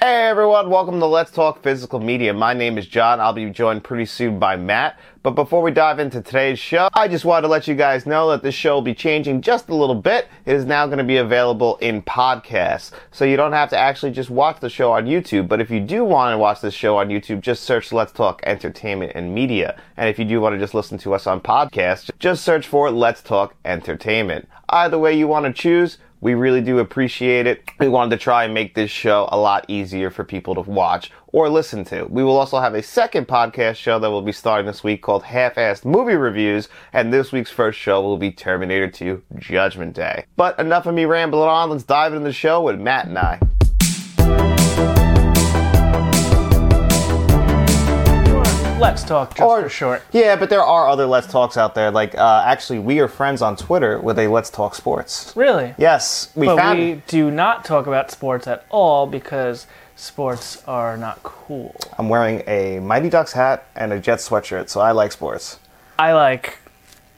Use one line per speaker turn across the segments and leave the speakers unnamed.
Hey everyone, welcome to Let's Talk Physical Media. My name is John. I'll be joined pretty soon by Matt. But before we dive into today's show, I just wanted to let you guys know that this show will be changing just a little bit. It is now going to be available in podcasts. So you don't have to actually just watch the show on YouTube. But if you do want to watch this show on YouTube, just search Let's Talk Entertainment and Media. And if you do want to just listen to us on podcasts, just search for Let's Talk Entertainment. Either way you want to choose, we really do appreciate it. We wanted to try and make this show a lot easier for people to watch or listen to. We will also have a second podcast show that will be starting this week called Half Assed Movie Reviews, and this week's first show will be Terminator 2 Judgment Day. But enough of me rambling on, let's dive into the show with Matt and I.
Let's talk just
Or-
for short.
Yeah, but there are other Let's Talks out there. Like, uh, actually, we are friends on Twitter with a Let's Talk Sports.
Really?
Yes, we
But
found.
we do not talk about sports at all because sports are not cool.
I'm wearing a Mighty Ducks hat and a Jets sweatshirt, so I like sports.
I like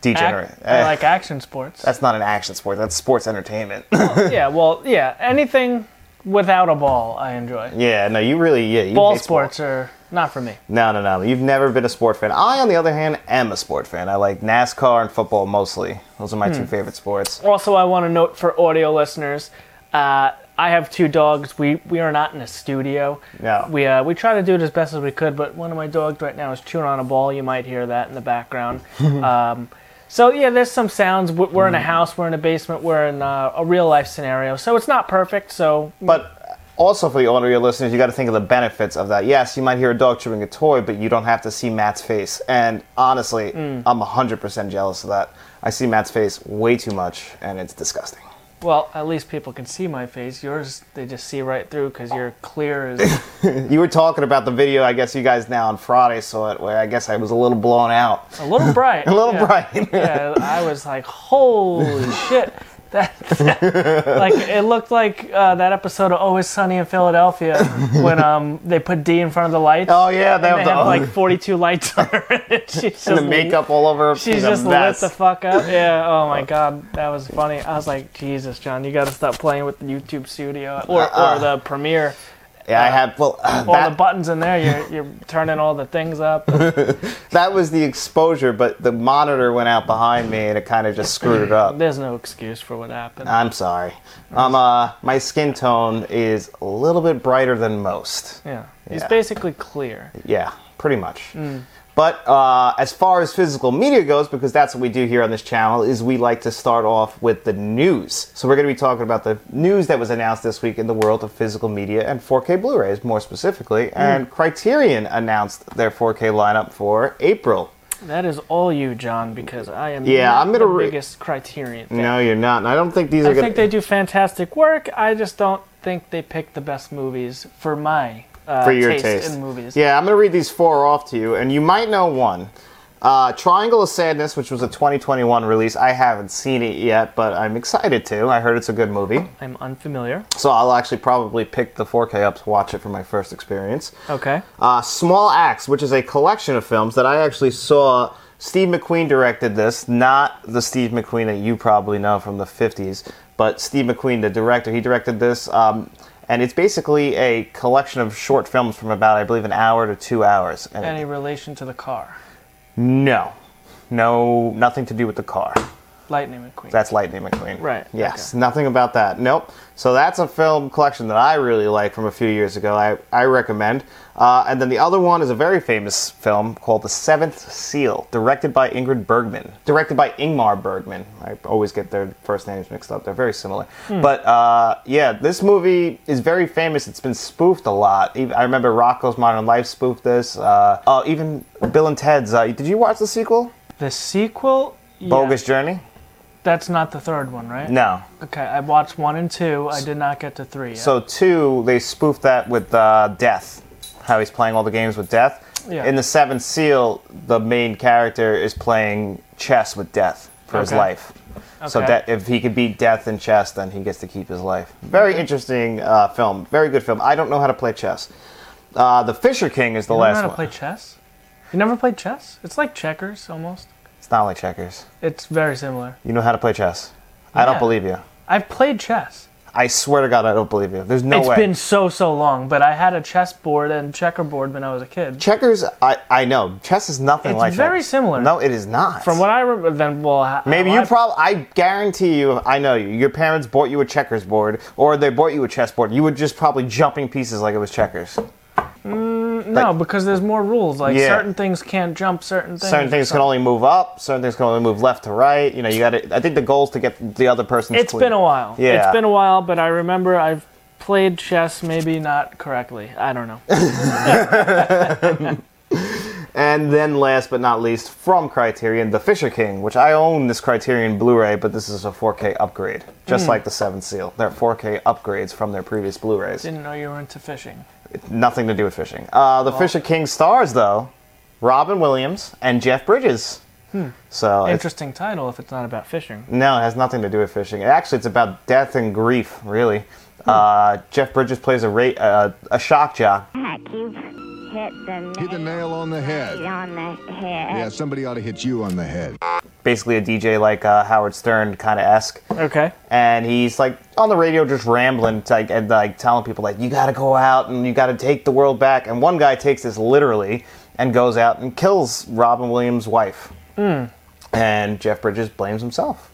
Degenerate.
ac-
Eh.
I like action sports.
That's not an action sport. That's sports entertainment.
yeah, well, yeah, anything without a ball I enjoy.
yeah, no, you really, yeah, you
ball
hate sport.
sports are not for me.
No, no, no. You've never been a sport fan. I, on the other hand, am a sport fan. I like NASCAR and football mostly. Those are my
Hmm.
two favorite sports.
Also, I want to note for audio listeners, uh, I have two dogs. We we are not in a studio.
No.
We uh, we try to do it as best as we could, but one of my dogs right now is chewing on a ball. You might hear that in the background. um, so yeah, there's some sounds. We- We're in
Mm.
a house. We're in a basement. We're in uh, a real life scenario, so it's not perfect. So
But also for the audio listeners, you got to think of the benefits of that. Yes, you might hear a dog chewing a toy, but you don't have to see Matt's face. And honestly,
Hmm.
I'm 100% jealous of that. I see Matt's face way too much, and it's disgusting.
well, at least people can see my face. Yours, they just see right through because you're clear as.
You were talking about the video. I guess you guys now on Friday saw it, where I guess I was a little blown out.
A little bright.
A little
yeah.
bright.
yeah, I was like, holy shit. That, like it looked like uh, that episode of Always Sunny in Philadelphia when um they put D in front of the lights.
Oh yeah, they
and they
have the
have like 42 lights on her. and she's just,
and the makeup all over. her.
She's
a
just
mess.
lit the fuck up. Yeah. Oh my god, that was funny. I was like, Jesus, John, you got to stop playing with the YouTube studio or,
Uh-uh.
or the Premiere.
yeah, I had well
All
that,
the buttons in there, you're you're turning all the things up.
that was the exposure, but the monitor went out behind me and it kind of just screwed it up.
There's no excuse for what happened.
I'm sorry. Um, uh, my skin tone is a little bit brighter than most.
yeah. He's
yeah.
basically clear.
Yeah, pretty much.
Mm.
But uh, as far as physical media goes, because that's what we do here on this channel, is we like to start off with the news. So we're going to be talking about the news that was announced this week in the world of physical media and 4K Blu-rays, more
Mm.
specifically. And Criterion announced their 4K lineup for April.
That is all you, John, because I am
Yeah,
not
I'm gonna
the
re-
biggest criterion. fan.
No, you're not. And I don't think these are
I
going
think they do fantastic work. I just don't think they pick the best movies for my uh,
for your
taste,
taste,
in movies.
Yeah, I'm gonna read these four off to you, and you might know one. Uh, Triangle of Sadness, which was a 2021 release. I haven't seen it yet, but I'm excited to. I heard it's a good movie,
I'm unfamiliar.
so I'll actually probably pick the 4K up to watch it for my first experience.
Okay.
Uh, Small Axe, which is a collection of films that I actually saw. Steve McQueen directed this, not the Steve McQueen that you probably know from the 50s, but Steve McQueen, the director, he directed this. Um, and it's basically a collection of short films from about, I believe, an hour to two hours. And
Any relation to the car?
no, no, nothing to do with the car.
Lightning McQueen.
That's Lightning McQueen.
Right,
Yes. Nothing about that. Nope. So that's a film collection that I really like from a few years ago. I, I recommend. Uh, and then the other one is a very famous film called The Seventh Seal, directed by Ingrid Bergman. Directed by Ingmar Bergman. I always get their first names mixed up. They're very similar.
Hmm.
But uh, yeah, this movie is very famous. It's been spoofed a lot. Even, I remember Rocco's Modern Life spoofed this. Uh, oh, even Bill and Ted's. Uh, did you watch the sequel?
the sequel. Yeah,
Bogus Journey?
That's not the third one, right?
No.
Okay, I watched one and two. I did not get to three yet.
So two, they spoofed that with uh, Death, how he's playing all the games with Death.
Yeah.
In the Seventh Seal, the main character is playing chess with Death for his
Okay.
life. So
Okay.
that if he could beat Death in chess, then he gets to keep his life. Very interesting uh, film. Very good film. I don't know how to play chess. Uh, the Fisher King is the
you don't know
last
how
one.
to play chess? You never played chess? It's like checkers almost.
it's not like checkers.
It's very similar.
You know how to play chess. I
Yeah.
don't believe you.
I've played chess.
I swear to God, I don't believe you. There's no
It's
way.
been so so long, but I had a chessboard and checkerboard when I was a kid.
checkers. I I know chess is nothing
It's
like.
very
checkers.
similar.
No, it is not.
From what I remember, then well, I-
Maybe
I,
you probably. I guarantee you. I know you. Your parents bought you a checkers board, or they bought you a chessboard. You were just probably jumping pieces like it was checkers.
no because there's more rules. Like
Yeah.
certain things can't jump, certain things.
Certain things can only move up. Certain things can only move left to right. You know, you got to. I think the goal is to get the other person's.
It's
queen.
been a while.
Yeah.
It's been a while, but I remember I've played chess maybe not correctly. I don't know.
And then, last but not least, from Criterion, The Fisher King, which I own this Criterion Blu-ray, but this is a 4K upgrade, just
Hmm.
like the Seventh Seal. They're 4K upgrades from their previous Blu-rays.
Didn't know you were into fishing.
Nothing to do with fishing. Uh, the Fisher King stars, though, Robin Williams and Jeff Bridges. So it's-
Interesting title if it's not about fishing.
no, it has nothing to do with fishing. Actually, it's about death and grief, really. Uh, Jeff Bridges plays a ra- uh, a shock jock.
Heck, you've hit the nail,
Hit the nail on the head.
on the head.
Yeah, somebody ought to hit you on the head.
basically a DJ like uh, Howard Stern kind of esque.
Okay.
and he's like on the radio just rambling like and like telling people like you got to go out and you got to take the world back and one guy takes this literally and goes out and kills Robin Williams' wife
Hmm.
and Jeff Bridges blames himself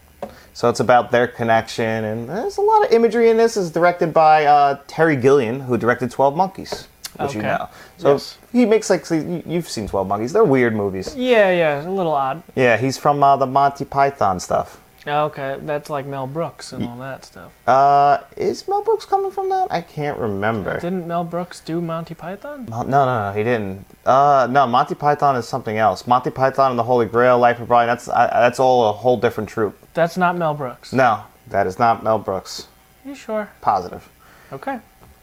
so it's about their connection and there's a lot of imagery in this It's directed by uh, Terry Gillian who directed 12 Monkeys which you
Okay.
know so
Yes.
he makes like you- you've seen 12 Monkeys they're weird movies
Yeah, yeah, a little odd.
yeah he's from uh, the Monty Python stuff
Okay, that's like Mel Brooks and all that stuff.
Uh, is Mel Brooks coming from that? I can't remember.
Didn't Mel Brooks do Monty Python?
Mon- no, no, no, he didn't. Uh, no, Monty Python is something else. Monty Python and the Holy Grail, Life of Brian. That's I, that's all a whole different troupe.
That's not Mel Brooks.
No, that is not Mel Brooks.
You sure?
Positive,
Okay.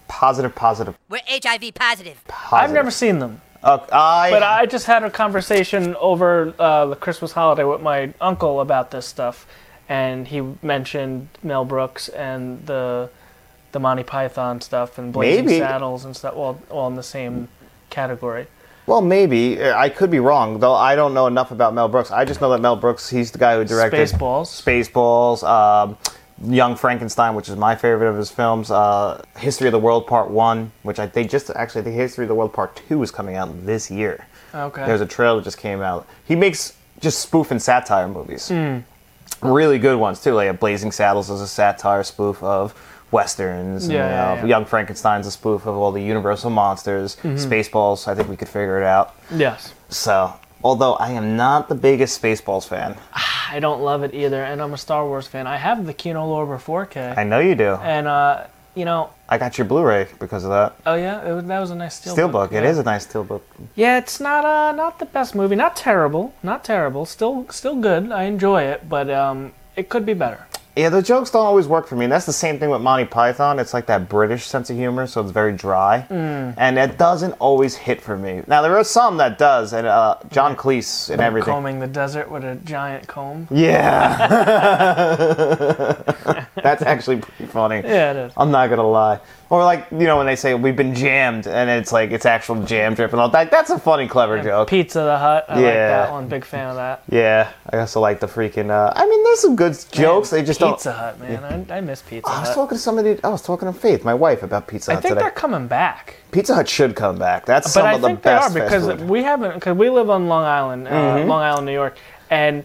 positive, positive,
We're HIV positive.
positive.
I've never seen them,
Okay, I,
but I just had a conversation over uh, the Christmas holiday with my uncle about this stuff, and he mentioned Mel Brooks and the the Monty Python stuff and Blazing
Maybe.
Saddles and stuff, all, all in the same category.
well, maybe Uh, I could be wrong though. I don't know enough about Mel Brooks. I just know that Mel Brooks. He's the guy who directed
Spaceballs.
Spaceballs, um, Young Frankenstein, which is my favorite of his films, uh, History of the World Part One, which I think just actually the History of the World Part Two is coming out this year.
Okay.
There's a trailer that just came out. He makes just spoof and satire movies,
Hmm.
really good ones too. Like Blazing Saddles is a satire spoof of westerns. and,
Yeah,
you
yeah,
know,
yeah.
Young Frankenstein's a spoof of all the Universal monsters.
Mm-hmm.
Spaceballs, I think we could figure it out.
yes.
So, although I am not the biggest Spaceballs fan,
I don't love it either, and I'm a Star Wars fan. I have the Kino Lorber 4K,
I know you do.
and uh, you know,
I got your Blu-ray because of that
oh yeah, it was, that was a nice steelbook.
steelbook. It
yeah.
is a nice steelbook.
Yeah, it's not uh not the best movie. Not terrible. Not terrible. Still still good. I enjoy it, but um it could be better.
Yeah, the jokes don't always work for me, and that's the same thing with Monty Python. It's like that British sense of humor, so it's very dry, and it doesn't always hit for me. Now there are some that does, and uh, John Cleese and everything.
Combing the desert with a giant comb.
Mm-hmm. Yeah, that's actually pretty funny.
Yeah, it is.
I'm not gonna lie. Or like you know when they say we've been jammed, and it's like it's actual jam drip and all that. That's a funny, clever joke.
Pizza the Hut. I like
Yeah.
that one. Big fan of that.
yeah, I also like the freaking. Uh, I mean, there's some good jokes. they just
Pizza
don't.
Hut, man. I, I miss Pizza
I was
Hut.
talking to somebody. I was talking to Faith, my wife, about Pizza
Uh, I
Hut
think
today.
they're coming back,
Pizza Hut should come back. That's
but
some
I
of the
think they are
best fast
because
food. Mm-hmm.
we haven't because we live on Long Island, uh, Long Island, New York, and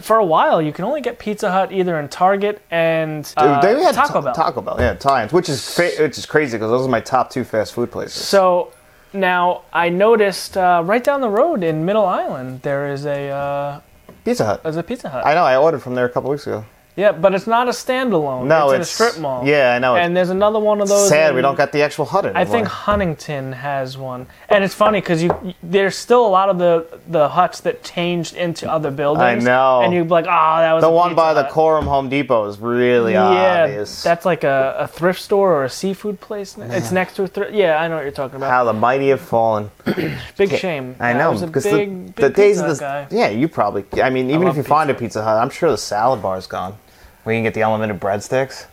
for a while you can only get Pizza Hut either in Target and uh,
They had
Taco
Ta-
Bell.
Taco Bell, yeah, times, which is fa- which is crazy because those are my top two fast food places.
So now I noticed uh, right down the road in Middle Island there is a uh,
Pizza Hut.
is a Pizza Hut.
I know. I ordered from there a couple weeks ago.
yeah, but it's not a standalone.
No,
it's, in a
it's-
strip mall.
yeah, I know.
And there's another one of those.
Sad we
in-
don't got the actual Hut anymore.
I think Huntington has one, and it's funny because you there's still a lot of the the huts that changed into other buildings.
know.
And you'd be like, oh, that was
the
a
one
Pizza
by the
Hut."
Coram Home Depot is really
Yeah,
obvious.
that's like a, a thrift store or a seafood place. It's next to a thrift. Yeah, I know what you're talking about.
how the mighty have fallen.
big shame.
I
That
know
was a
because
big,
the,
big
the days
Pizza
of
Hut
this,
guy.
yeah, you probably. I mean, even if
love
you find a
Pizza
Pizza Hut, I'm sure the salad bar is gone. We can get the unlimited breadsticks.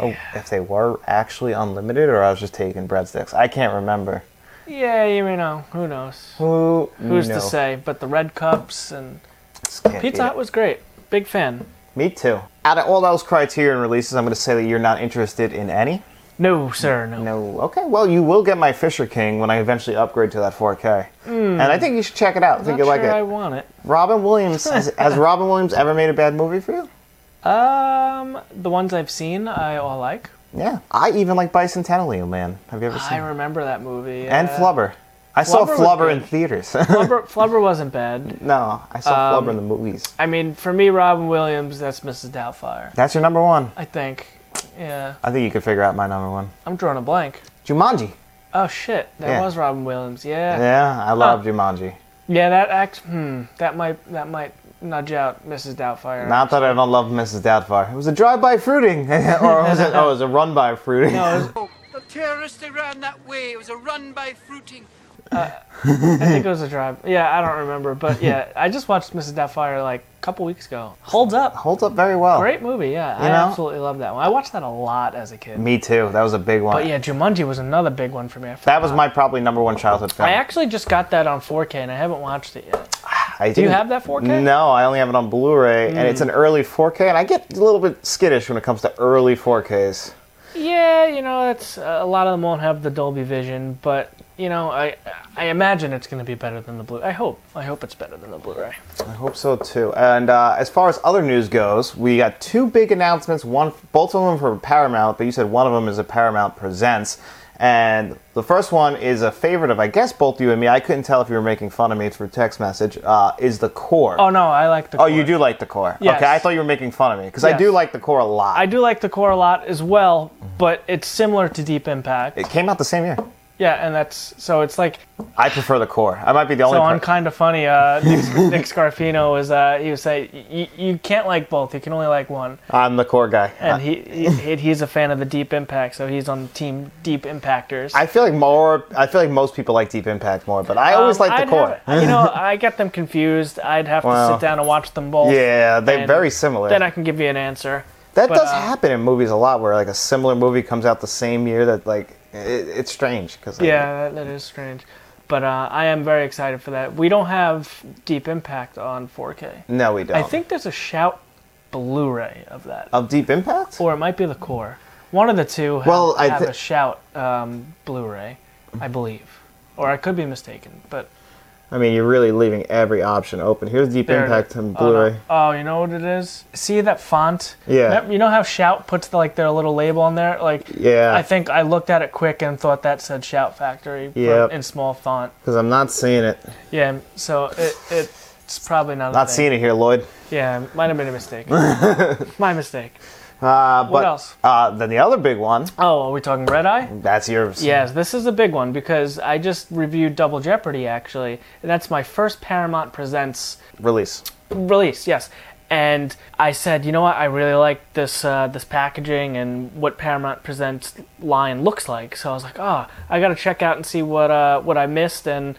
oh, if they were actually unlimited, or I was just taking breadsticks, I can't remember.
Yeah, you may know. Who knows?
Who
Who's to
knows?
say? But the red cups and
Just can't
Pizza
beat
Hut was great. Big fan.
it. Me too. Out of all those Criterion releases, I'm going to say that you're not interested in any.
No, sir, no.
No. Okay. Well, you will get my Fisher King when I eventually upgrade to that 4K, and I think you should check it out. I think
Hmm. Not
you'll like
sure
it.
I want it.
Robin Williams has, has Robin Williams ever made a bad movie for you?
Um, the ones I've seen, I all like.
Yeah. I even like Bicentennial Man. Have you ever seen?
I
it?
remember that movie.
and
uh,
Flubber. I saw
Flubber was
Flubber
good.
in theaters.
Flubber, Flubber wasn't bad.
no, I saw
Um,
Flubber in the movies.
I mean, for me, Robin Williams, that's Mrs. Doubtfire.
That's your number one.
I think. Yeah,
I think you could figure out my number one.
I'm drawing a blank.
Jumanji.
Oh shit, that
Yeah.
was Robin Williams. Yeah. yeah,
Yeah, I love Jumanji.
that act. Hmm, that might that might nudge out Mrs. Doubtfire.
Not that I don't love Mrs. Doubtfire. It was a drive-by fruiting, or was it? Oh, it was a run-by fruiting.
No, it was-
The terrorists, they ran that way. It was a run by fruiting.
I
Hmm.
think it was a drive. Yeah, I don't remember, but yeah, I just watched Mrs. Doubtfire like a couple weeks ago. Holds up.
Holds up very well.
Great movie. Yeah, I
You know?
absolutely love that one. I watched that a lot as a kid.
Me too. That was a big one.
But yeah, Jumanji was another big one for me. I
That was my probably number one childhood film.
I actually just got that on 4K and I haven't watched it yet.
Do
you have that Hmm. 4K?
No, I only have it on Blu-ray, and it's an early 4K, and I get a little bit skittish when it comes to early 4Ks.
Yeah, you know, it's uh, a lot of them won't have the Dolby Vision, but you know, I I imagine it's going to be better than the Blu. I hope. I hope it's better than the Blu-ray.
I hope so too. And uh, as far as other news goes, we got two big announcements. One, both of them for Paramount, but you said one of them is a Paramount Presents. And the first one is a favorite of, I guess, both you and me. I couldn't tell if you were making fun of me through text message. Uh, is the core?
Oh no, I like the.
Oh,
core.
you do like the core.
Yes.
Okay, I thought you were making fun of me because I
Yes.
do like the core a lot.
I do like the core a lot as well, but it's similar to Deep Impact.
Mm-hmm. It came out the same year.
yeah, and that's so it's like
I prefer the core. I might be the only.
so on
per-
kind of funny. Uh, Nick, Nick Scarfino is uh, he would say "Y- you can't like both. You can only like one.
I'm the core guy.
And he, he he's a fan of the Deep Impact, so he's on Team Deep Impactors.
I feel like more. I feel like most people like Deep Impact more, but I always
Um,
like the
I'd
core.
have- you know, I get them confused. I'd have to
Wow.
sit down and watch them both.
yeah, they're
and
very similar.
Then I can give you an answer.
that
but,
does
uh,
happen in movies a lot, where like a similar movie comes out the same year. That like it, it's strange because
Yeah, that, that is strange. But uh, I am very excited for that. We don't have Deep Impact on 4K.
no, we don't.
I think there's a shout Blu-ray of that,
of Deep Impact.
or it might be the core. One of the two. Have,
Well, I
have
thi-
a shout um, Blu-ray, I believe, or I could be mistaken. But
I mean, you're really leaving every option open. Here's Deep
There it
Impact
is.
and
Oh, no.
Blu-ray.
Oh, you know what it is? See that font?
Yeah.
Remem- You know how Shout puts the, like their little label on there? Like
Yeah.
I think I looked at it quick and thought that said Shout Factory for-
Yep.
in small font.
Because I'm not seeing it.
Yeah. So it, it's probably not.
Not seeing it here, Lloyd.
Yeah, might have been a mistake. My mistake.
Uh, but,
What else?
Uh, then the other big one.
Oh, are we talking Red Eye?
That's yours.
Yes, this is a big one because I just reviewed Double Jeopardy actually, and that's my first Paramount Presents
Release.
release, yes. And I said, you know what? I really like this uh, this packaging and what Paramount Presents line looks like. So I was like, ah, I got to check out and see what uh, what I missed and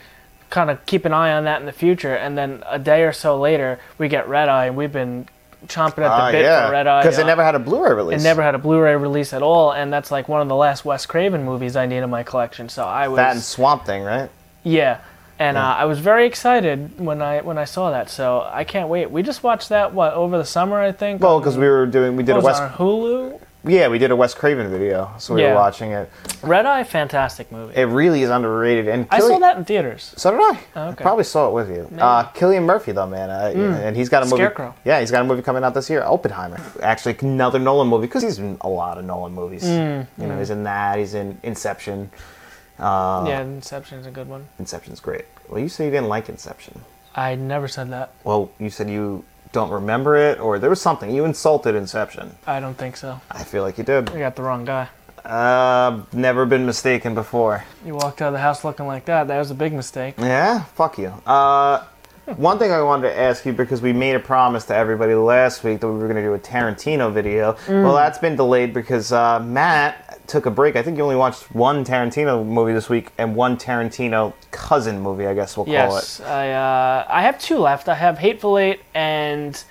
kind of keep an eye on that in the future. And then a day or so later, we get Red Eye, and we've been chomping at the
Ah,
bit for Red Eye
Because
uh,
it never had a Blu-ray release.
it never had a Blu-ray release at all, and that's like one of the last Wes Craven movies I need in my collection. So I was
That and Swamp Thing, right?
yeah, and Uh, I was very excited when I when I saw that. So I can't wait. We just watched that what over the summer, I think.
Well, because we were doing, we did a
It was
West,
on Hulu.
yeah, we did a Wes Craven video, so we
Yeah.
were watching it.
Red Eye, fantastic movie.
It really is underrated. And
I saw
Killian-
that in theaters.
So did I.
Oh, okay. Hmm.
I probably saw it with you. Uh, Killian Murphy, though, man, uh, and he's got a movie.
Scarecrow.
Yeah, he's got a movie coming out this year, Oppenheimer. Actually, another Nolan movie because he's in a lot of Nolan movies.
Hmm.
You know, he's in that. He's in Inception. Uh,
yeah, Inception's a good one.
Inception's great. Well, you said you didn't like Inception.
I never said that.
Well, you said you don't remember it, or there was something you insulted Inception.
I don't think so.
I feel like you did.
I got the wrong guy.
Uh, never been mistaken before.
You walked out of the house looking like that. That was a big mistake.
Yeah, fuck you. Uh, one thing I wanted to ask you because we made a promise to everybody last week that we were going to do a Tarantino video.
Mm.
Well, that's been delayed because uh, Matt took a break. I think you only watched one Tarantino movie this week and one Tarantino cousin movie, I guess we'll call
Yes,
it.
I uh, I have two left. I have Hateful Eight and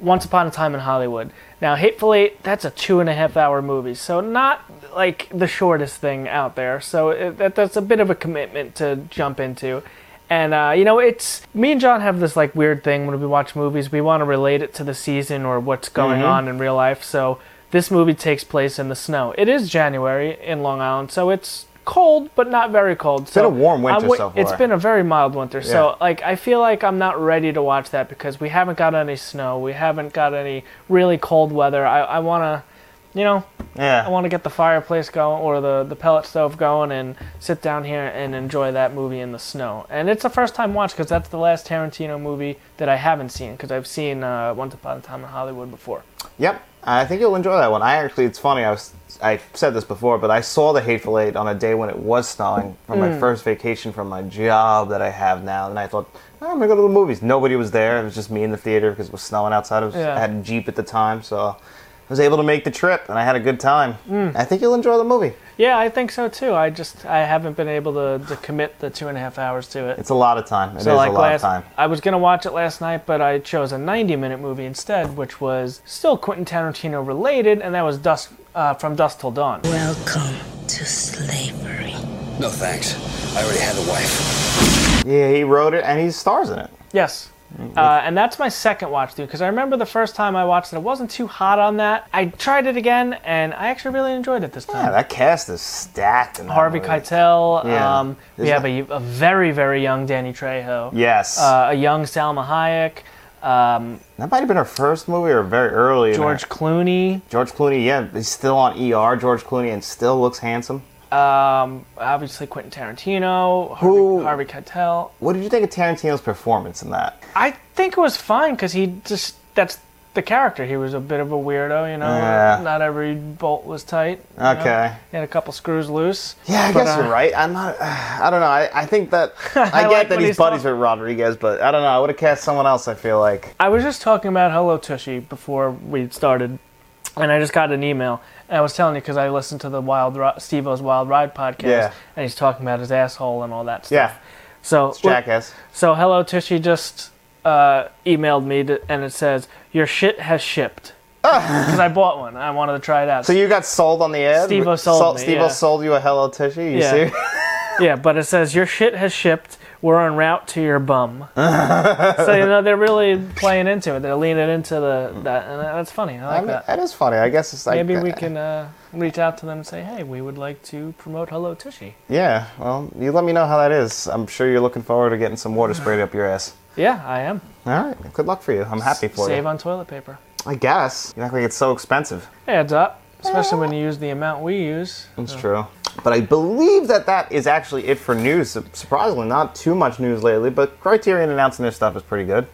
Once Upon a Time in Hollywood. Now, Hateful Eight, that's a two and a half hour movie, so not uh, like the shortest thing out there. So it, that that's a bit of a commitment to jump into. And uh, you know, it's me and John have this like weird thing when we watch movies. We want to relate it to the season or what's going
Mm-hmm.
on in real life. So this movie takes place in the snow. It is January in Long Island, so it's cold, but not very cold. It's
been a warm winter so
It's
far.
been a very mild winter. So like, I feel like I'm not ready to watch that because we haven't got any snow. We haven't got any really cold weather. I, I want to, you know, I
Yeah.
want to get the fireplace going or the, the pellet stove going and sit down here and enjoy that movie in the snow. And it's a first time watch because that's the last Tarantino movie that I haven't seen because I've seen uh, Once Upon a Time in Hollywood before.
Yep. I think you'll enjoy that one. I actually, it's funny. I was, I said this before, but I saw The Hateful Eight on a day when it was snowing from
Mm.
my first vacation from my job that I have now, and I thought, oh, I'm gonna go to the movies. Nobody was there. It was just me in the theater because it was snowing outside. I, was,
Yeah.
I had a jeep at the time, so. I was able to make the trip and I had a good time.
Mm.
I think you'll enjoy the movie.
Yeah, I think so too. I just I haven't been able to, to commit the two and a half hours to it.
It's a lot of time. It is
So like
a lot
last,
of time.
I was gonna watch it last night, but I chose a 90-minute movie instead, which was still Quentin Tarantino related, and that was Dust uh, from Dust Till Dawn.
Welcome to slavery.
No thanks. I already had a wife.
Yeah, he wrote it and he stars in it.
Yes.
Mm-hmm.
Uh, and that's my second watch through because I remember the first time I watched it, I wasn't too hot on that. I tried it again and I actually really enjoyed it this
Yeah,
time.
that cast is stacked. In that
Harvey
movie.
Keitel,
Yeah.
um, we
Is
have
that-
a, a very, very young Danny Trejo,
Yes.
uh, a young Salma Hayek, um,
that might have been her first movie or very early. in
George
her-
Clooney,
George Clooney, yeah, he's still on ER, George Clooney, and still looks handsome.
um, obviously Quentin Tarantino,
Who-
Harvey, Harvey Keitel.
What did you think of Tarantino's performance in that?
I think it was fine because he just, that's the character. He was a bit of a weirdo, you know,
Yeah. Uh.
not every bolt was tight. you know?
Okay.
He had a couple screws loose.
Yeah, I
But,
guess
uh,
you're right. I'm not, I don't know. I, I think that,
I
I get
like
that
when
he's
he's
buddies
talk-
with Rodriguez, but I don't know. I would have cast someone else, I feel like.
I was just talking about Hello Tushy before we started, and I just got an email. And I was telling you because I listened to the Wild Ri- Steve-O's Wild Ride podcast,
Yeah.
and he's talking about his asshole and all that stuff.
Yeah,
So
jackass.
So Hello Tushy just uh, emailed me to, and it says your shit has shipped because I bought one. I wanted to try it out.
Ah. So you got sold on the ad?
Steve-O sold me,
Steve-O
yeah.
sold you a Hello Tushy? You
Yeah.
see?
yeah, but it says your shit has shipped. We're en route to your bum. so you know they're really playing into it. They're leaning into the that, and that's funny. I like
I mean,
that.
that is funny. I guess it's like.
Maybe we can uh, reach out to them and say, hey, we would like to promote Hello Tushy.
Yeah, well, you let me know how that is. I'm sure you're looking forward to getting some water sprayed up your ass.
Yeah, I am.
All right, good luck for you. I'm happy for
Save
you.
on toilet paper.
I guess. You act like it's so expensive.
Hey, it's up. Especially when you use the amount we use.
It's true. But I believe that that is actually it for news. Surprisingly, not too much news lately, but Criterion announcing their stuff is pretty good.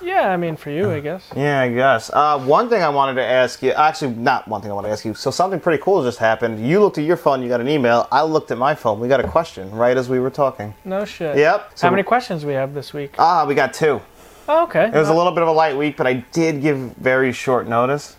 Yeah, I mean, for you, I guess.
Yeah, I guess. Uh, one thing I wanted to ask you, actually, not one thing I want to ask you. So something pretty cool just happened. You looked at your phone, you got an email. I looked at my phone. We got a question right as we were talking.
No shit.
Yep. So-
How many questions we have this week?
Ah, we got two.
Oh, okay.
It was a little bit of a light week, but I did give very short notice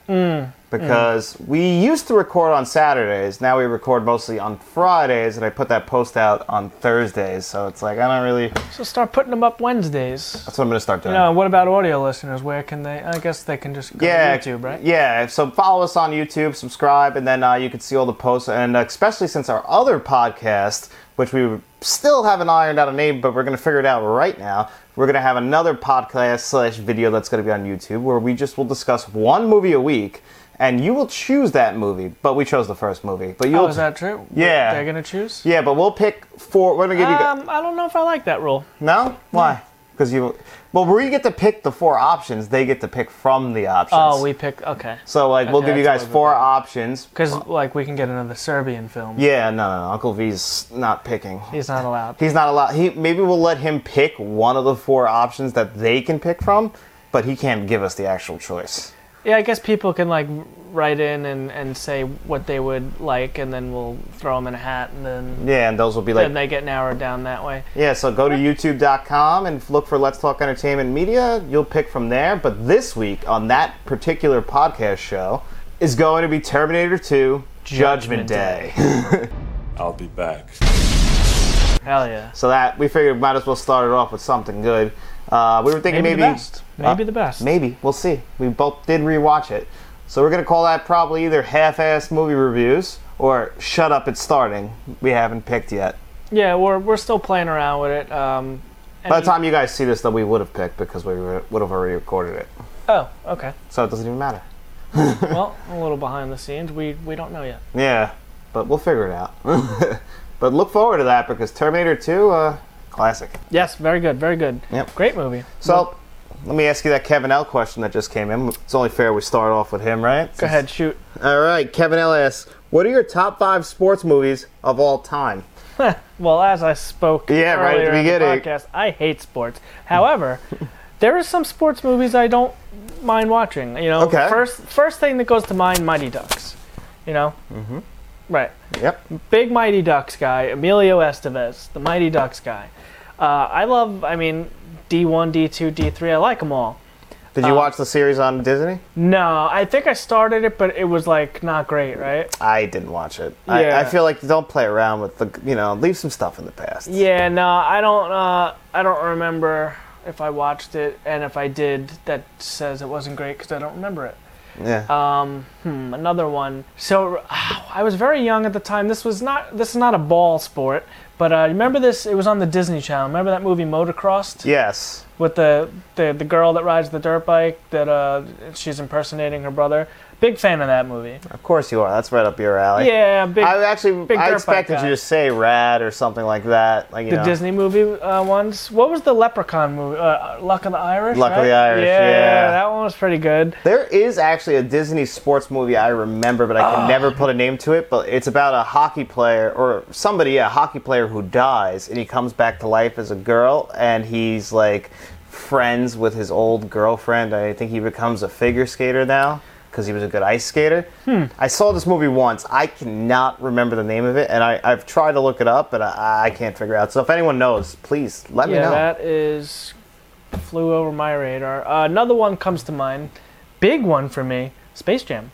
because we used to record on Saturdays. Now we record mostly on Fridays, and I put that post out on Thursdays. So it's like I don't really.
So start putting them up Wednesdays.
That's what I'm gonna start doing.
Now, what about audio listeners? Where can they? I guess they can just go
yeah,
to YouTube, right?
Yeah, so follow us on YouTube, subscribe, and then uh, you can see all the posts. And uh, especially since our other podcast, which we still haven't ironed out a name, but we're going to figure it out right now. We're going to have another podcast slash video that's going to be on YouTube where we just will discuss one movie a week, and you will choose that movie. But we chose the first movie, but you'll
Oh, is that true?
Yeah.
They're going to choose?
yeah, but we'll pick four. We're going to give you
Um, I don't know if I like that rule.
no why because you well we get to pick the four options. They get to pick from the options.
Oh, we picked. Okay.
So like we'll
Okay,
give you
that's
guys
what
four
I was
options.
Because, like, we can get another Serbian film.
Yeah, no, no, no. Uncle V's not picking.
He's not allowed.
He's not allowed. He maybe we'll let him pick one of the four options that they can pick from, but he can't give us the actual choice.
Yeah, I guess people can like write in and, and say what they would like, and then we'll throw them in a hat, and then
Yeah, and those will be like
then they get narrowed down that way.
yeah. So go to YouTube.com and look for Let's Talk Entertainment Media. You'll pick from there. But this week on that particular podcast show is going to be Terminator 2: Judgment,
Judgment
Day.
I'll be back.
Hell yeah!
so that we figured might as well start it off with something good. Uh, we were thinking
Maybe,
maybe,
the best. Maybe the best.
Maybe. We'll see. We both did rewatch it. So we're going to call that probably either half assed movie reviews or shut up, it's starting. We haven't picked yet.
Yeah, we're we're still playing around with it. Um,
By the time you guys see this, though, we would have picked because we would have already recorded it.
Oh, okay.
So it doesn't even matter.
Well, a little behind the scenes. We we don't know yet.
Yeah, but we'll figure it out. but look forward to that because Terminator 2, uh, classic.
Yes, very good, very good.
Yep.
Great movie.
So let me ask you that Kevin L question that just came in. It's only fair we start off with him, right?
Go ahead, shoot.
All right, Kevin L asks, "What are your top five sports movies of all time?"
Well, as I spoke
Yeah,
earlier
right at the
in the
beginning.
podcast, I hate sports. However, there are some sports movies I don't mind watching. You know,
Okay.
first first thing that goes to mind, Mighty Ducks. You know, mm-hmm. right?
Yep.
Big Mighty Ducks guy, Emilio Estevez, the Mighty Ducks guy. Uh, I love. I mean, D one, D two, D three. I like them all.
Did
Um,
you watch the series on Disney?
No, I think I started it, but it was like not great, right?
I didn't watch it. I, I
Yeah.
feel like don't play around with the, you know, leave some stuff in the past.
Yeah, no, I don't. Uh, I don't remember if I watched it, and if I did, that says it wasn't great because I don't remember it.
Yeah.
Hmm, another one. So I was very young at the time. This was not. This is not a ball sport, but uh, remember this. It was on the Disney Channel. Remember that movie Motocrossed
yes.
with the, the the girl that rides the dirt bike that uh, she's impersonating her brother. Big fan of that movie.
Of course you are. That's right up your alley.
Yeah, big.
I actually
big
I
dirt bike
expected
guy.
you to say Rad or something like that. Like you
the
know,
Disney movie uh, ones. What was the Leprechaun movie? Uh, Luck of the Irish.
Luck of
right?
the Irish, yeah.
that one was pretty good.
There is actually a Disney sports movie I remember, but I
Ah.
can never put a name to it. But it's about a hockey player or somebody, yeah, a hockey player who dies, and he comes back to life as a girl, and he's like friends with his old girlfriend. I think he becomes a figure skater now because he was a good ice skater.
Hmm.
I saw this movie once. I cannot remember the name of it, and I, I've tried to look it up, but I, I can't figure it out. So if anyone knows, please let me
Yeah,
know.
that is flew over my radar. Uh, another one comes to mind. Big one for me. Space Jam.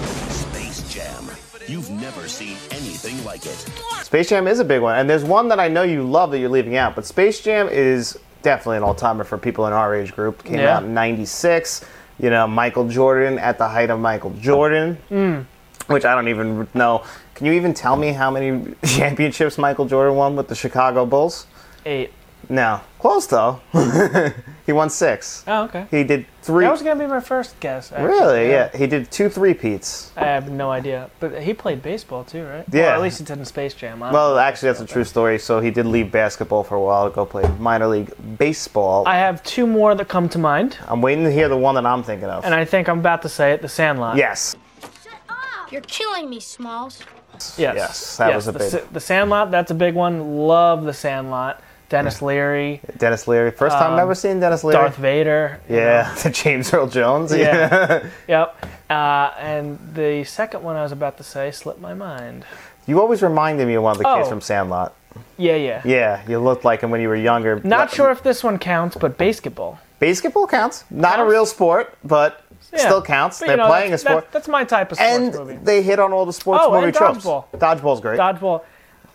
Space Jam. You've never seen anything like it.
Space Jam is a big one, and there's one that I know you love that you're leaving out, but Space Jam is definitely an all-timer for people in our age group. Came
Yeah.
out in '96. You know, Michael Jordan at the height of Michael Jordan,
Mm.
which I don't even know. Can you even tell me how many championships Michael Jordan won with the Chicago Bulls?
Eight.
No, close though. he won six.
Oh, okay.
He did three.
That was gonna be my first guess. actually.
really? Yeah. He did two three-peats.
I have no idea. But he played baseball too, right?
Yeah.
Well, at least he did in Space Jam. I,
Well, actually, that's a true story. So he did leave basketball for a while to go play minor league baseball.
I have two more that come to mind,
I'm waiting to hear the one that I'm thinking of.
and I think I'm about to say it. The Sandlot.
yes.
You're killing me, Smalls.
Yes,
Yes, that was a
the,
big-
Sa- the Sandlot. That's a big one. Love the Sandlot. Dennis Leary,
Dennis Leary. First time I've ever seen Dennis Leary.
Um, Darth Vader.
yeah, the James Earl Jones.
Yeah. Yep. Uh, and the second one I was about to say slipped my mind.
You always reminded me of one of the kids
Oh.
from Sandlot.
Yeah, yeah.
Yeah, you looked like him when you were younger.
Not sure if this one counts, but basketball.
Basketball counts. Not a
Counts?
real sport, but
Yeah.
still counts.
But, you
They're
know,
playing a
that's,
sport.
That's, that's my type of sports
and
movie.
they hit on all the sports
Oh,
movie
and
tropes.
dodgeball.
Dodgeball's great.
Dodgeball.
Mm.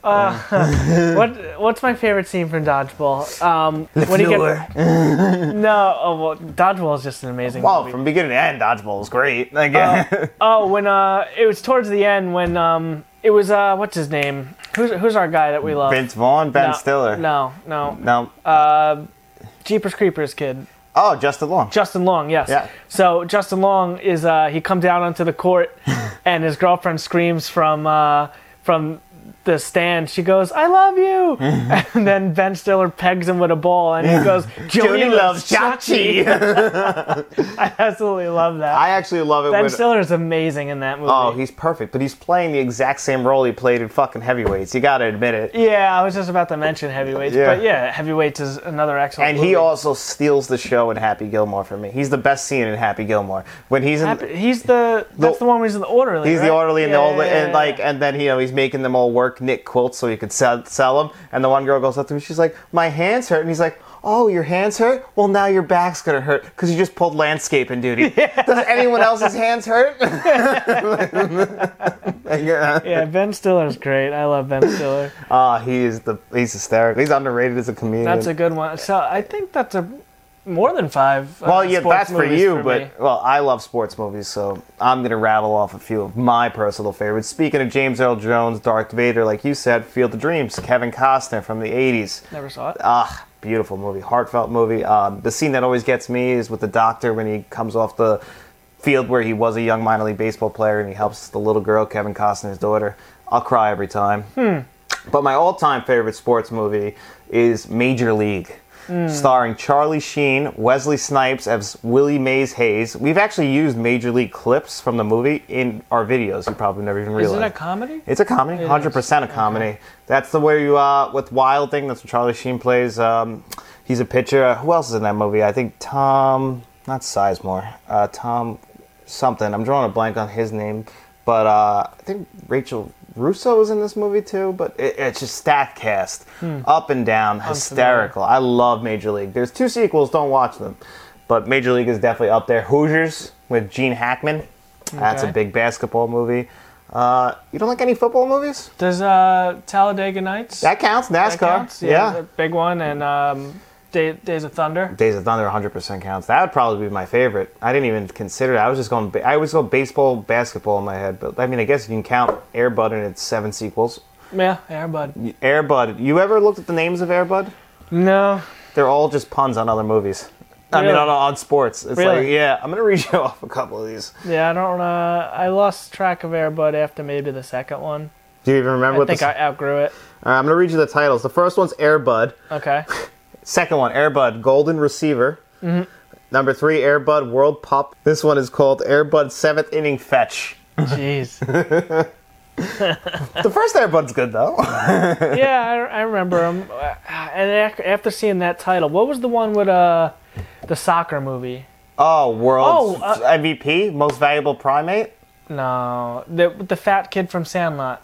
Uh, what what's my favorite scene from Dodgeball? Um, when he gets no, oh, well, Dodgeball is just an amazing
well,
movie.
from beginning to end, dodgeball's great. Like, yeah.
Oh, when uh, it was towards the end when um, it was uh, what's his name? Who's who's our guy that we love?
Vince Vaughn, Ben
no,
Stiller.
No, Uh, no.
No.
Jeepers Creepers kid.
oh, Justin Long.
Justin Long, yes.
Yeah.
So Justin Long is uh, he comes out onto the court, and his girlfriend screams from uh, from the stand. She goes, "I love you," and then Ben Stiller pegs him with a ball, and he goes, "Jody loves Chachi." I absolutely love that.
I actually love it
ben
when
Stiller is amazing in that movie.
Oh, he's perfect, but he's playing the exact same role he played in fucking heavyweights. You gotta admit it.
yeah, I was just about to mention Heavyweights,
Yeah.
but yeah, Heavyweights is another excellent.
And
movie.
he also steals the show in Happy Gilmore for me. He's the best scene in Happy Gilmore when he's in.
Happy- he's the that's the one where he's in the orderly.
He's the
right?
orderly and the
Yeah,
old,
yeah,
and
yeah,
like,
yeah.
and then you know he's making them all work knit quilts so he could sell, sell them. And the one girl goes up to him, she's like, "My hands hurt," and he's like, "Oh, your hands hurt? Well, now your back's gonna hurt because you just pulled landscaping duty. Does anyone else's hands hurt?" yeah.
yeah, Ben Stiller's great. I love Ben Stiller.
Uh, Ah, he is the he's hysterical. He's underrated as a comedian.
That's a good one. So I think that's a more than five. uh,
Well, yeah,
sports
that's for
movies
you, but
me.
well, I love sports movies, so I'm gonna rattle off a few of my personal favorites. Speaking of James Earl Jones, Darth Vader, like you said, Field of Dreams, Kevin Costner from the '80s.
never saw it.
Ah, beautiful movie, heartfelt movie. Um, the scene that always gets me is with the doctor when he comes off the field where he was a young minor league baseball player and he helps the little girl, Kevin Costner's daughter. I'll cry every time. But my all-time favorite sports movie is Major League. Starring Charlie Sheen, Wesley Snipes as Willie Mays Hayes. We've actually used Major League clips from the movie in our videos. You probably never even
Is
realized.
it a comedy?
It's a comedy,
It
hundred percent a
is,
comedy. That's the way you uh with Wild Thing. That's what Charlie Sheen plays. Um, he's a pitcher. Who else is in that movie? I think Tom, not Sizemore, uh, Tom something. I'm drawing a blank on his name, but uh, I think Rachel Russo is in this movie too. But it, it's just stack cast,
Hmm.
up and down, hysterical. I love Major League. There's two sequels. Don't watch them, but Major League is definitely up there. Hoosiers with Gene Hackman. That's a
Okay.
big basketball movie. Uh, you don't like any football movies?
Does uh, Talladega Nights?
That counts. NASCAR.
that counts?
yeah.
the big one and um, Day, Days of Thunder.
Days of Thunder 100% counts. That would probably be my favorite. I didn't even consider it. I was just going. Ba- I always go baseball, basketball in my head. But I mean, I guess you can count Air Bud and its seven sequels.
Yeah, yeah, bud.
Air Bud. You ever looked at the names of Air Bud?
No,
They're all just puns on other movies. I mean,
Really?
on, on sports. It's like,
Really?
yeah, I'm gonna read you off a couple of these.
yeah, I don't. Uh, I lost track of Air Bud after maybe the second one.
Do you even remember
I
what
think
the?
I outgrew it.
Alright, I'm gonna read you the titles. The first one's Air Bud.
Okay.
Second one, Airbud Golden Receiver.
Mm-hmm.
Number three, Airbud World Pop. This one is called Airbud Seventh Inning Fetch.
Jeez.
The first Airbud's good though.
Yeah, I, I remember him. Uh, And ac- after seeing that title, what was the one with uh, the soccer movie?
Oh, World
Oh, uh-
MVP, Most Valuable Primate.
No, the the fat kid from Sandlot.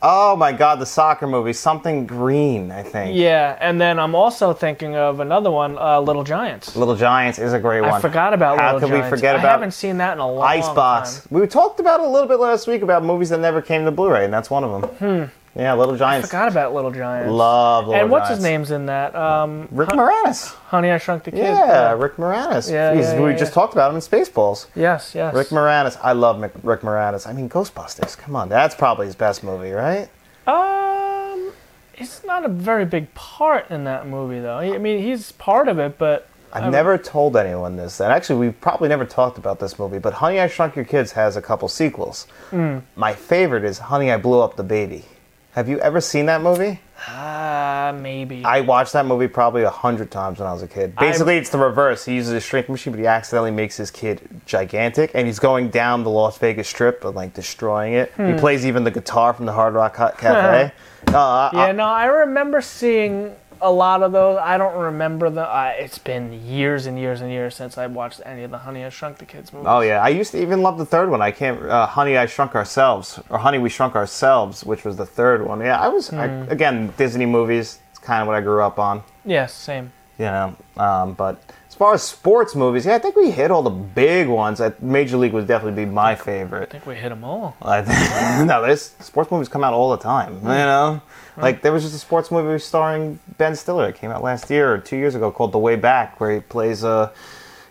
Oh my God, the soccer movie, something green, I think.
Yeah, and then I'm also thinking of another one, uh, Little Giants.
Little Giants is a great one.
I forgot about
How
Little
could
Giants.
we forget
I
about
haven't seen that in a long,
Icebox?
time.
We talked about it a little bit last week about movies that never came to Blu-ray, and that's one of them. Hmm. Yeah, Little Giants.
Forgot about Little Giants.
Love Little
and what's
Giants.
his name's in that? Um,
Rick Moranis.
Honey, I Shrunk the Kid.
Yeah, Rick Moranis.
Yeah,
He's-
yeah,
we
yeah,
just
yeah.
talked about him in Spaceballs.
Yes, yes.
Rick Moranis. I love Mc- Rick Moranis. I mean, Ghostbusters. Come on, that's probably his best movie, right?
um, it's not a very big part in that movie, though. I mean, he's part of it, but
I've never told anyone this. And actually, we probably never talked about this movie. But Honey, I Shrunk Your Kids has a couple sequels.
Hmm.
My favorite is Honey, I Blew Up the Baby. Have you ever seen that movie?
uh, maybe.
I watched that movie probably a hundred times when I was a kid. Basically, it's the reverse. He uses a shrink machine, but he accidentally makes his kid gigantic, and he's going down the Las Vegas Strip and like destroying it. He plays even the guitar from the Hard Rock Ca- Cafe. uh,
yeah, no, I remember seeing a lot of those. I don't remember the. I it's been years and years and years since I watched any of the Honey, I Shrunk the Kids movies.
Oh yeah, I used to even love the third one. I can't. Uh, Honey, I Shrunk Ourselves, or Honey, We Shrunk Ourselves, which was the third one. Yeah, I was I, again Disney movies. It's kind of what I grew up on,
Yes, same.
you know. Um, but as far as sports movies, yeah, I think we hit all the big ones. I, Major League would definitely be my favorite.
I think we hit them all.
I think- no, there's sports movies come out all the time.
Mm-hmm.
You know, like there was just a sports movie starring Ben Stiller that came out last year or two years ago called The Way Back, where he plays a,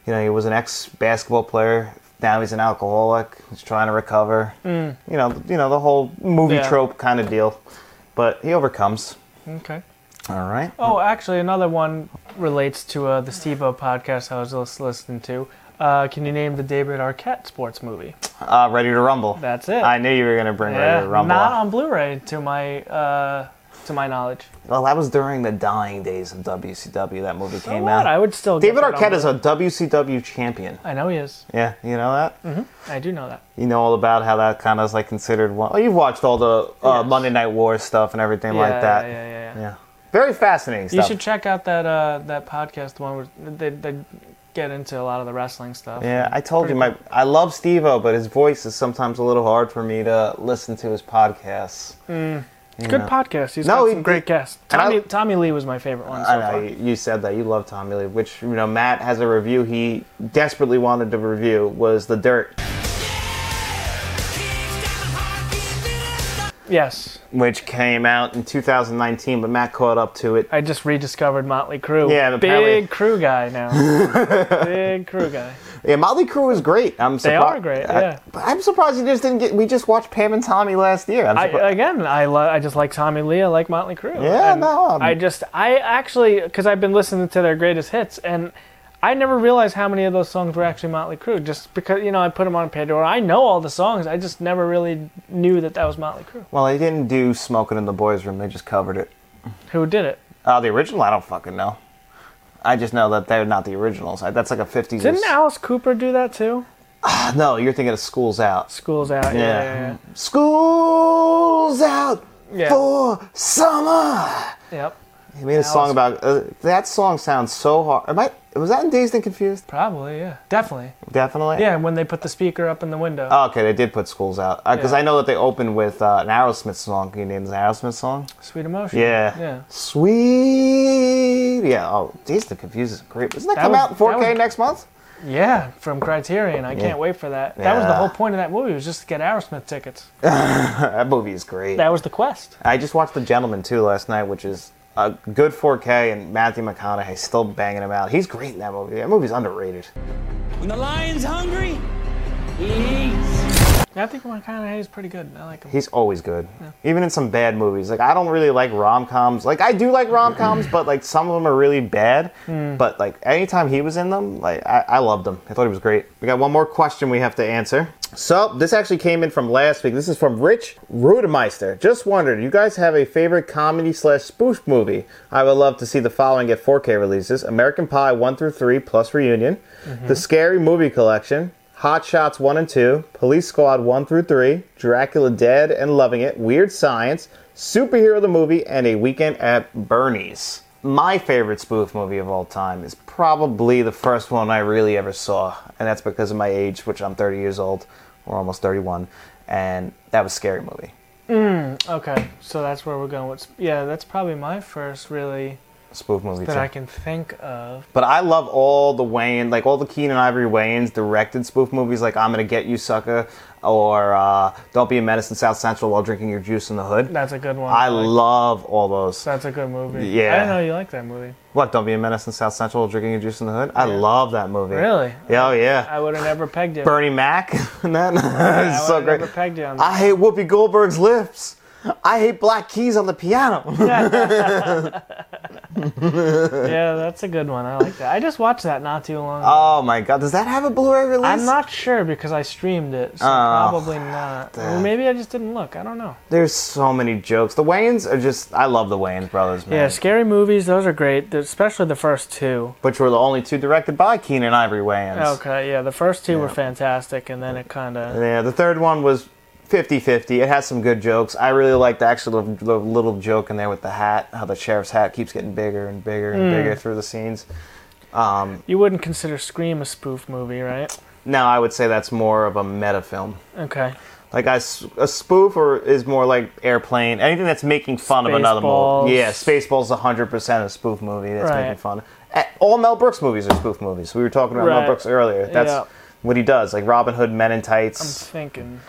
you know, he was an ex basketball player. Now he's an alcoholic. He's trying to recover. You know, you know the whole movie
Mm. Yeah.
trope kind of deal, but he overcomes.
Okay.
All right.
Oh, actually, another one relates to uh, the Steve O podcast I was lis- listening to. Uh, can you name the David Arquette sports movie?
Uh, ready to rumble.
That's it.
I knew you were gonna bring Ready to Rumble.
not
up.
on Blu-ray, to my uh, to my knowledge.
well, that was during the dying days of WCW. That movie
You
came
know
out.
what? I would still.
David
get that on
Arquette is a WCW champion.
Blu- I know he is.
Yeah, you know that.
Mm. I do know that.
You know all about how that kind of is like considered one. Well, you've watched all the uh,
Yes.
Monday Night War stuff and everything like
Yeah,
that.
Yeah, yeah, yeah. yeah.
Very fascinating
You
stuff.
should check out that uh, that podcast, the one where they, they get into a lot of the wrestling stuff.
yeah, I told you my I love Steve-O, but his voice is sometimes a little hard for me to listen to his podcasts.
It's good podcast. He's
No,
got
he-
some great guests.
and I-
Tommy, Tommy Lee was my favorite one so
I know
far.
you, you said that you love Tommy Lee, which you know Matt has a review he desperately wanted to review was the Dirt.
Yes,
which came out in 2019, but Matt caught up to it.
I just rediscovered Motley Crue.
Yeah,
big
apparently-
crew guy now. big crew guy.
Yeah, Motley Crue is great. I'm
They
surpri-
are great. Yeah.
I, am surprised you just didn't get. We just watched Pam and Tommy last year. I'm
I, uh,
surpri-
again, I lo- I just like Tommy Lee. I like Motley Crue.
Yeah,
And
no, I'm-
I just I actually because I've been listening to their greatest hits and. I never realized how many of those songs were actually Motley Crue, just because you know I put them on Pandora. I know all the songs. I just never really knew that that was Motley Crue.
well, they didn't do "Smoking in the Boys' Room." They just covered it.
Who did it?
Uh, the original, I don't fucking know. I just know that they're not the originals. I, that's like a 50s.
Didn't Alice Cooper do that too?
No, you're thinking of "School's Out."
School's out. Yeah.
Yeah.
yeah, yeah.
School's out
Yeah.
for summer.
Yep.
He made a song about uh, that song. Sounds so hard. Am I? Was that in Dazed and Confused?
Probably. Yeah. Definitely.
Definitely.
Yeah. When they put the speaker up in the window.
Oh, okay, they did put schools out because
Yeah.
I know that they opened with uh, an Aerosmith song. Can you name the Aerosmith song?
Sweet emotion.
Yeah.
Yeah.
Sweet. Yeah. Oh, these the confuses great. Doesn't that,
That
come
was-
out in 4K
that was-
next month?
Yeah. From Criterion. I can't wait for that. That was the
Yeah.
whole point of that movie was just to get Aerosmith tickets.
That movie is great.
That was the quest.
I just watched The Gentleman too last night, which is a good 4K, and Matthew McConaughey's still banging him out. He's great in that movie. That movie's underrated.
When the lion's hungry, he eats.
I think McConaughey is pretty good. I like him.
He's always good, even in some bad movies. Like I don't really like rom coms. Like I do like rom coms, but like some of them are really bad. But like anytime he was in them, like I, I loved him. I thought he was great. We got one more question we have to answer. So this actually came in from last week. This is from Rich Rudemeister. Just wondered, you guys have a favorite comedy slash spoof movie? I would love to see the following at 4K releases: American Pie one through three plus Reunion, The Scary Movie Collection, Hot Shots 1 and 2, Police Squad 1 through 3, Dracula Dead and Loving It, Weird Science, Superhero the Movie, and A Weekend at Bernie's. My favorite spoof movie of all time is probably the first one I really ever saw, and that's because of my age, which I'm 30 years old, or almost 31, and that was Scary Movie.
Okay. So that's where we're going. With, yeah. That's probably my first really
Spoof movie.
that
too.
I can think of.
But I love all the Wayne, like all the Keenan Ivory Wayans directed spoof movies, like I'm Gonna Get You Sucker, or uh, Don't Be a Menace in South Central while drinking your juice in the hood.
That's a good one.
I
like.
love all those.
That's a good movie.
Yeah.
I didn't know you liked that movie.
What? Don't be a menace in South Central, while drinking your juice in the hood. I love that movie.
Really?
Yeah, oh yeah.
I would have never pegged you.
Bernie Mac and that
I
is so
would've
great.
never pegged you on that.
I hate Whoopi Goldberg's lips. I hate black keys on the piano.
yeah, that's a good one. I like that. I just watched that not too long ago.
oh my god, does that have a Blu-ray release?
I'm not sure because I streamed it, so
Ah,
probably not. Or maybe I just didn't look. I don't know.
There's so many jokes. The Wayans are just. I love the Wayans brothers, man.
Yeah, scary movies. Those are great, especially the first two.
Which were the only two directed by Keenan Ivory
Oh,
Wayans.
Okay, yeah, the first two were fantastic, and then it kind of
Yeah, the third one was 50-50. It has some good jokes. I really liked the actual the little joke in there with the hat, how the sheriff's hat keeps getting bigger and bigger and bigger
Mm.
through the scenes.
you wouldn't consider Scream a spoof movie, right?
Now I would say that's more of a meta film.
Okay,
Like I s- a spoof or is more like airplane, anything that's making fun of another
Spaceballs.
movie. Yeah, Spaceballs 100% a spoof movie that's
Right.
making fun. Eh, All Mel Brooks movies are spoof movies. We were talking about
Right.
Mel Brooks earlier. That's
Yeah.
what he does, like Robin Hood, Men in Tights.
I'm thinking.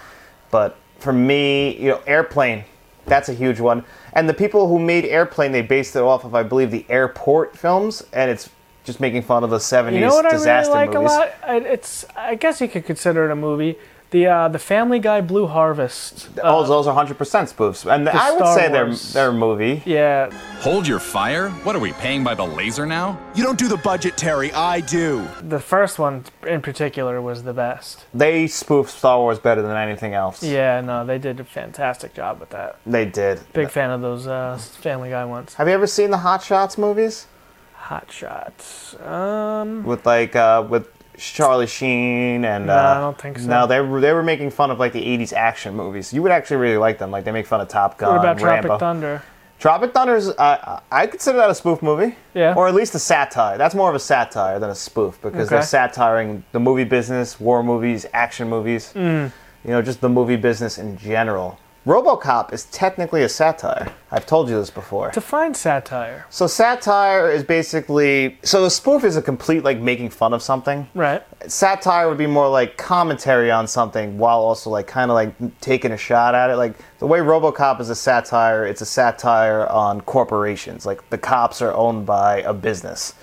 but for me, you know, Airplane, that's a huge one. And the people who made Airplane, they based it off of, I believe, the airport films, and it's just making fun of the '70s
You know what I really
disaster
like
movies.
a lot? I, it's I guess you could consider it a movie. The uh, the Family Guy Blue Harvest. Uh,
Oh, those are 100% spoofs, and I would
Star
say
Wars.
they're they're a movie.
yeah,
Hold your fire? What are we paying by the laser now?
You don't do the budget, Terry. I do.
the first one in particular was the best.
They spoof Star Wars better than anything else.
Yeah, no, they did a fantastic job with that.
they did.
Big fan of those uh, Family Guy ones.
Have you ever seen the Hot Shots movies
Hot Shots. Um,
with like uh, with Charlie Sheen and?
No,
uh,
I don't think so.
No, they were, they were making fun of like the '80s action movies. You would actually really like them. Like they make fun of Top Gun.
what about Tropic
Uh, Rambo.
Thunder?
Tropic Thunder's, uh, I consider that a spoof movie.
Yeah.
Or at least a satire. That's more of a satire than a spoof because
Okay.
they're satiring the
Hmm.
movie business, war movies, action movies, you know, just the movie business in general. RoboCop is technically a satire. I've told you this before.
Define satire.
So satire is basically so a spoof is a complete like making fun of something.
Right.
Satire would be more like commentary on something while also like kind of like taking a shot at it. Like the way RoboCop is a satire, it's a satire on corporations. Like the cops are owned by a business.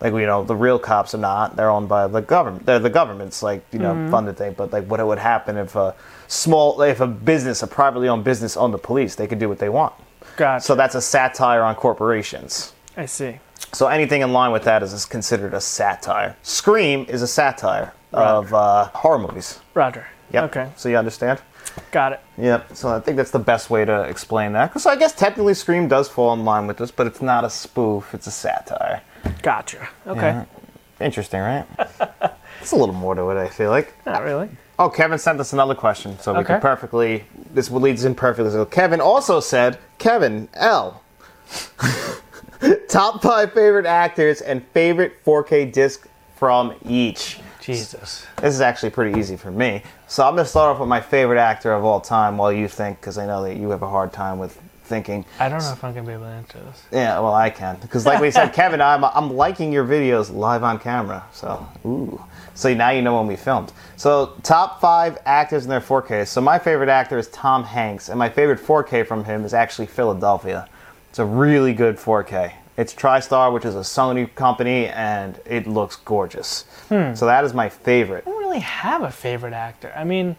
Like you know, the real cops are not. They're owned by the government. They're the government's like you know funded thing. But like, what would happen if a small, if a business, a privately owned business, owned the police? They could do what they want.
Gotcha.
So that's a satire on corporations.
I see.
So anything in line with that is, is considered a satire. Scream is a satire of uh, horror movies.
Roger.
Yep.
Okay.
So you understand?
Got it.
Yep. So I think that's the best way to explain that. Because I guess technically Scream does fall in line with this, but it's not a spoof, it's a satire.
Gotcha. Okay.
Interesting, right? It's a little more to it, I feel like.
Not really.
Oh, Kevin sent us another question, so we
Okay.
can perfectly. This leads in perfectly. So Kevin also said, Kevin L. Top five favorite actors and favorite 4K disc from each.
Jesus.
This is actually pretty easy for me. So I'm gonna start off with my favorite actor of all time, while you think, because I know that you have a hard time with thinking.
I don't know if I'm gonna be able to answer this.
Yeah, well, I can because, like we said, Kevin, I'm I'm liking your videos live on camera. So, ooh, so now you know when we filmed. So, top five actors in their 4K. So, my favorite actor is Tom Hanks, and my favorite 4K from him is actually Philadelphia. It's a really good 4K. It's TriStar, which is a Sony company, and it looks gorgeous.
Hmm.
So that is my favorite.
I don't really have a favorite actor. I mean,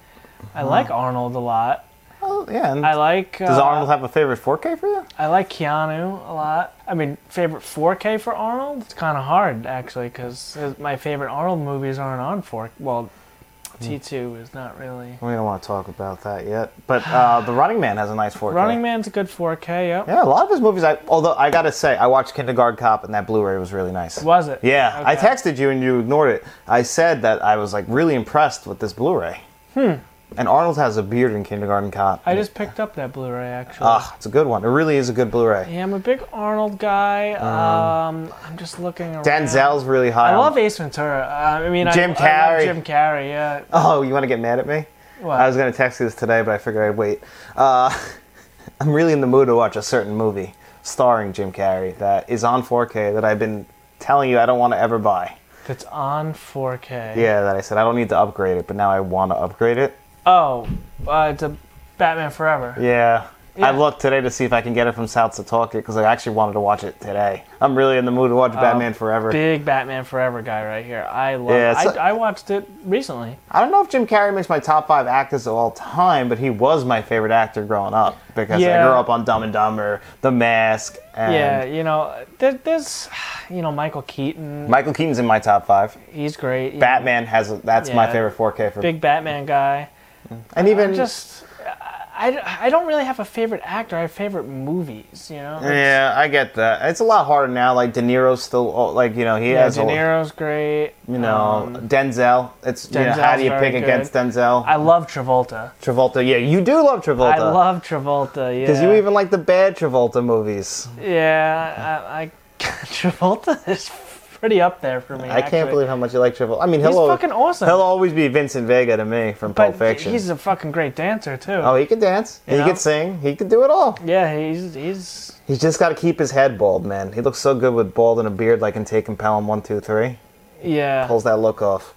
I like Arnold a lot.
Oh, yeah. and
I like. Uh,
does Arnold have a favorite 4K for you?
I like Keanu a lot. I mean, favorite 4K for Arnold? It's kind of hard, actually, because my favorite Arnold movies aren't on 4K. Well, Hmm. T2 is not really.
We don't want to talk about that yet. But uh, The Running Man has a nice 4K.
Running Man's a good 4K, yep.
Yeah, a lot of his movies. I although I gotta say, I watched Kindergarten Cop, and that Blu-ray was really nice.
Was it?
Yeah, I
Okay.
texted you and you ignored it. I said that I was like really impressed with this Blu-ray. Hmm. And Arnold has a beard in Kindergarten Cop.
I just picked up that Blu ray, actually.
Ah, it's a good one. It really is a good Blu-ray.
Yeah, I'm a big Arnold guy. Um, I'm just looking around.
Denzel's really high.
I
on-
love Ace Ventura. Uh, I mean, I-
Jim
I,
Carrey.
love um, Jim Carrey. Yeah.
Oh, you want to get mad at me?
What?
I was gonna text you this today, but I figured I'd wait. Uh, I'm really in the mood to watch a certain movie starring Jim Carrey that is on 4K that I've been telling you I don't want to ever buy.
That's on 4K.
Yeah, that I said I don't need to upgrade it, but now I want to upgrade it.
Oh, uh, it's a Batman Forever.
Yeah.
Yeah.
I looked today to see if I can get it from South Setauket because I actually wanted to watch it today. I'm really in the mood to
Oh,
watch Batman Forever.
Big Batman Forever guy right here. I love.
Yeah,
it.
it's
I
a-
I watched it recently.
I don't know if Jim Carrey makes my top five actors of all time, but he was my favorite actor growing up because
Yeah.
I grew up on Dumb and Dumber, The Mask, and
yeah, you know, there, there's, you know, Michael Keaton.
Michael Keaton's in my top five.
He's great. you know,
Batman has a, that's my
Yeah.
favorite 4K for
big Batman guy.
and even
I'm just. I, I don't really have a favorite actor. I have favorite movies, you know?
yeah, I get that. It's a lot harder now. Like De Niro's still oh, like you know he
Yeah,
has
De Niro's great.
a, you know Denzel. It's you know, how
Um, Denzel's
do you
very
pick
good.
against Denzel?
I love Travolta.
Travolta. Yeah, you do love Travolta.
I love Travolta. Yeah.
Because you even like the bad Travolta movies.
Yeah, I, I Travolta is pretty up there for me.
I can't believe how much you like Travolta. I mean, he'll
He's
al-
fucking awesome.
He'll always be Vincent Vega to me from
but
Pulp Fiction.
he's a fucking great dancer too.
oh, he can dance.
You
he
know?
can sing. He can do it all.
yeah, he's he's
He's just got to keep his head bald, man. He looks so good with bald and a beard, like in Taken Pelham One Two Three.
yeah.
Pulls that look off.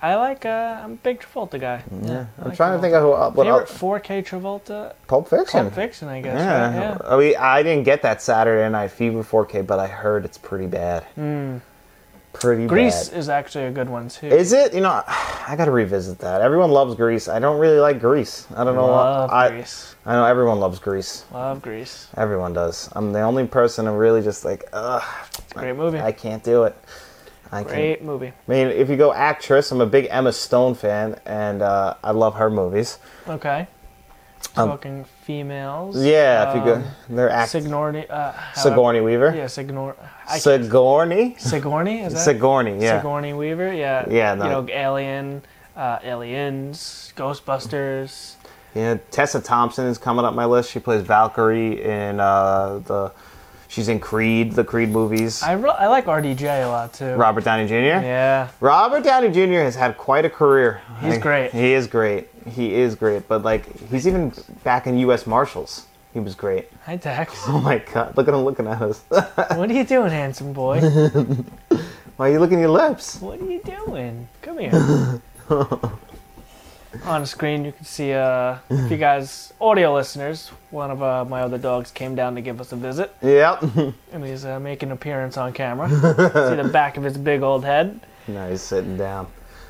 I like uh, I'm a big Travolta guy. Yeah,
I'm trying to think of who. Uh, what
favorite
else?
4K Travolta.
Pulp Fiction.
Pulp Fiction, I guess.
Yeah.
right? yeah.
I mean, I didn't get that Saturday Night Fever 4K, but I heard it's pretty bad.
Mm.
Pretty
Grease
bad.
is actually a good one too.
Is it? You know, I gotta revisit that. Everyone loves Grease. I don't really like Grease. I don't know. why-
Love
I,
Grease.
I know everyone loves Grease.
Love Grease.
Everyone does. I'm the only person who really just like, ugh,
Great movie.
I can't do it. I can't.
great movie.
I mean, if you go actress, I'm a big Emma Stone fan, and uh, I love her movies.
Okay. Talking females.
Um, Yeah, if you go, they're act-
Um, Sigourney. Uh, how-
Sigourney Weaver.
Yeah, Sigourney. I can't-
Sigourney.
Sigourney is that?
Sigourney. Yeah.
Sigourney Weaver, yeah.
Yeah, no.
You know, Alien, uh, Aliens, Ghostbusters.
Yeah, Tessa Thompson is coming up my list. She plays Valkyrie in uh, the. She's in Creed, the Creed movies.
I, re- I like RDJ a lot too.
Robert Downey Jr.
Yeah.
Robert Downey Jr. has had quite a career.
He's
I-
great.
He is great. he is great, but like he's even back in U.S. Marshals. He was great.
Hi, Dex.
Oh my god, look at him looking at us.
What are you doing, handsome boy?
Why are you licking your lips?
What are you doing? Come here. On the screen, you can see uh, if you guys, audio listeners, one of uh, my other dogs came down to give us a visit,
Yep.
and he's uh, making an appearance on camera. see the back of his big old head.
now he's sitting down.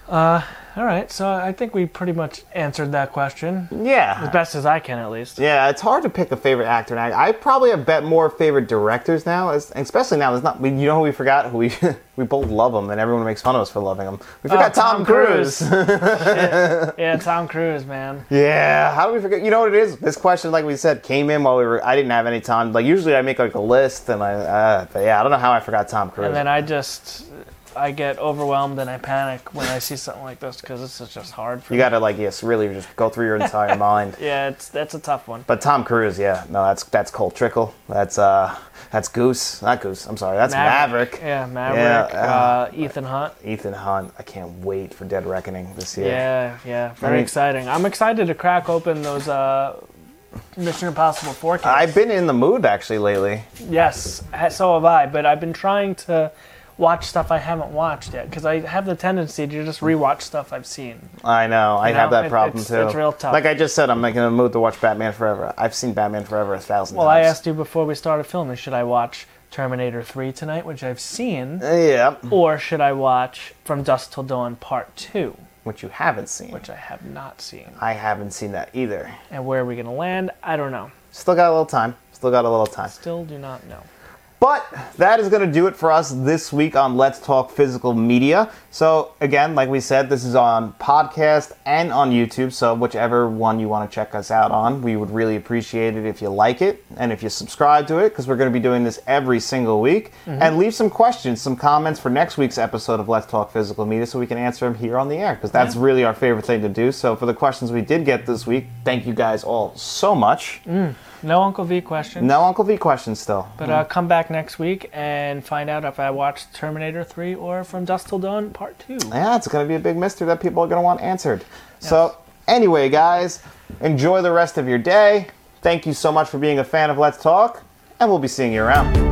All right, so I think we pretty much answered that question,
Yeah.
as best as I can, at least.
Yeah, it's hard to pick a favorite actor, and I, I probably have bet more favorite directors now, as, especially now. It's not we, you know who we forgot who we we both love him, and everyone makes fun of us for loving him. We
Oh,
forgot Tom, Cruise.
Shit. yeah, Tom Cruise, man.
Yeah, how do we forget? You know what it is? This question, like we said, came in while we were. I didn't have any time. Like usually, I make like a list, and I. Uh, but yeah, I don't know how I forgot Tom Cruise.
And then I just, I get overwhelmed and I panic when I see something like this because this is just hard for
you
me.
got to like yes, really just go through your entire mind.
Yeah, it's that's a tough one.
But Tom Cruise, yeah, no, that's that's Colt Trickle. That's uh, that's Goose, not Goose. I'm sorry, that's Maverick.
Yeah, Maverick.
Yeah,
uh, Ethan Hunt.
Ethan Hunt. I can't wait for Dead Reckoning this year.
Yeah, yeah. Very
mean-
exciting. I'm excited to crack open those uh, Mission Impossible forecasts.
I've been in the mood actually lately.
Yes, ha- so have I. But I've been trying to watch stuff I haven't watched yet because I have the tendency to just rewatch stuff I've seen.
I know, I
You
have
know,
that
it-
problem
it's-
too.
it's real tough.
Like I just said, I'm like in a mood to watch Batman Forever. I've seen Batman Forever a thousand
Well, I
times.
asked you before we started filming, should I watch Terminator 3 tonight, which I've seen,
Yeah,
or should I watch From Dusk Till Dawn Part 2,
which you haven't seen.
which I have not seen?
I haven't seen that either.
And where are we going to land? I don't know.
Still got a little time. Still got a little time.
Still do not know.
But that is going to do it for us this week on Let's Talk Physical Media. So, again, like we said, this is on podcast and on YouTube. So, whichever one you want to check us out on, we would really appreciate it if you like it and if you subscribe to it because we're going to be doing this every single week. And leave some questions, some comments for next week's episode of Let's Talk Physical Media so we can answer them here on the air because that's really our favorite thing to do. So, for the questions we did get this week, thank you guys all so much.
No Uncle V question.
No Uncle V questions still.
But uh, come back next week and find out if I watched Terminator 3 or From Dusk Till Dawn Part 2.
Yeah, it's going to be a big mystery that people are going to want answered. So, anyway, guys, enjoy the rest of your day. Thank you so much for being a fan of Let's Talk, and we'll be seeing you around.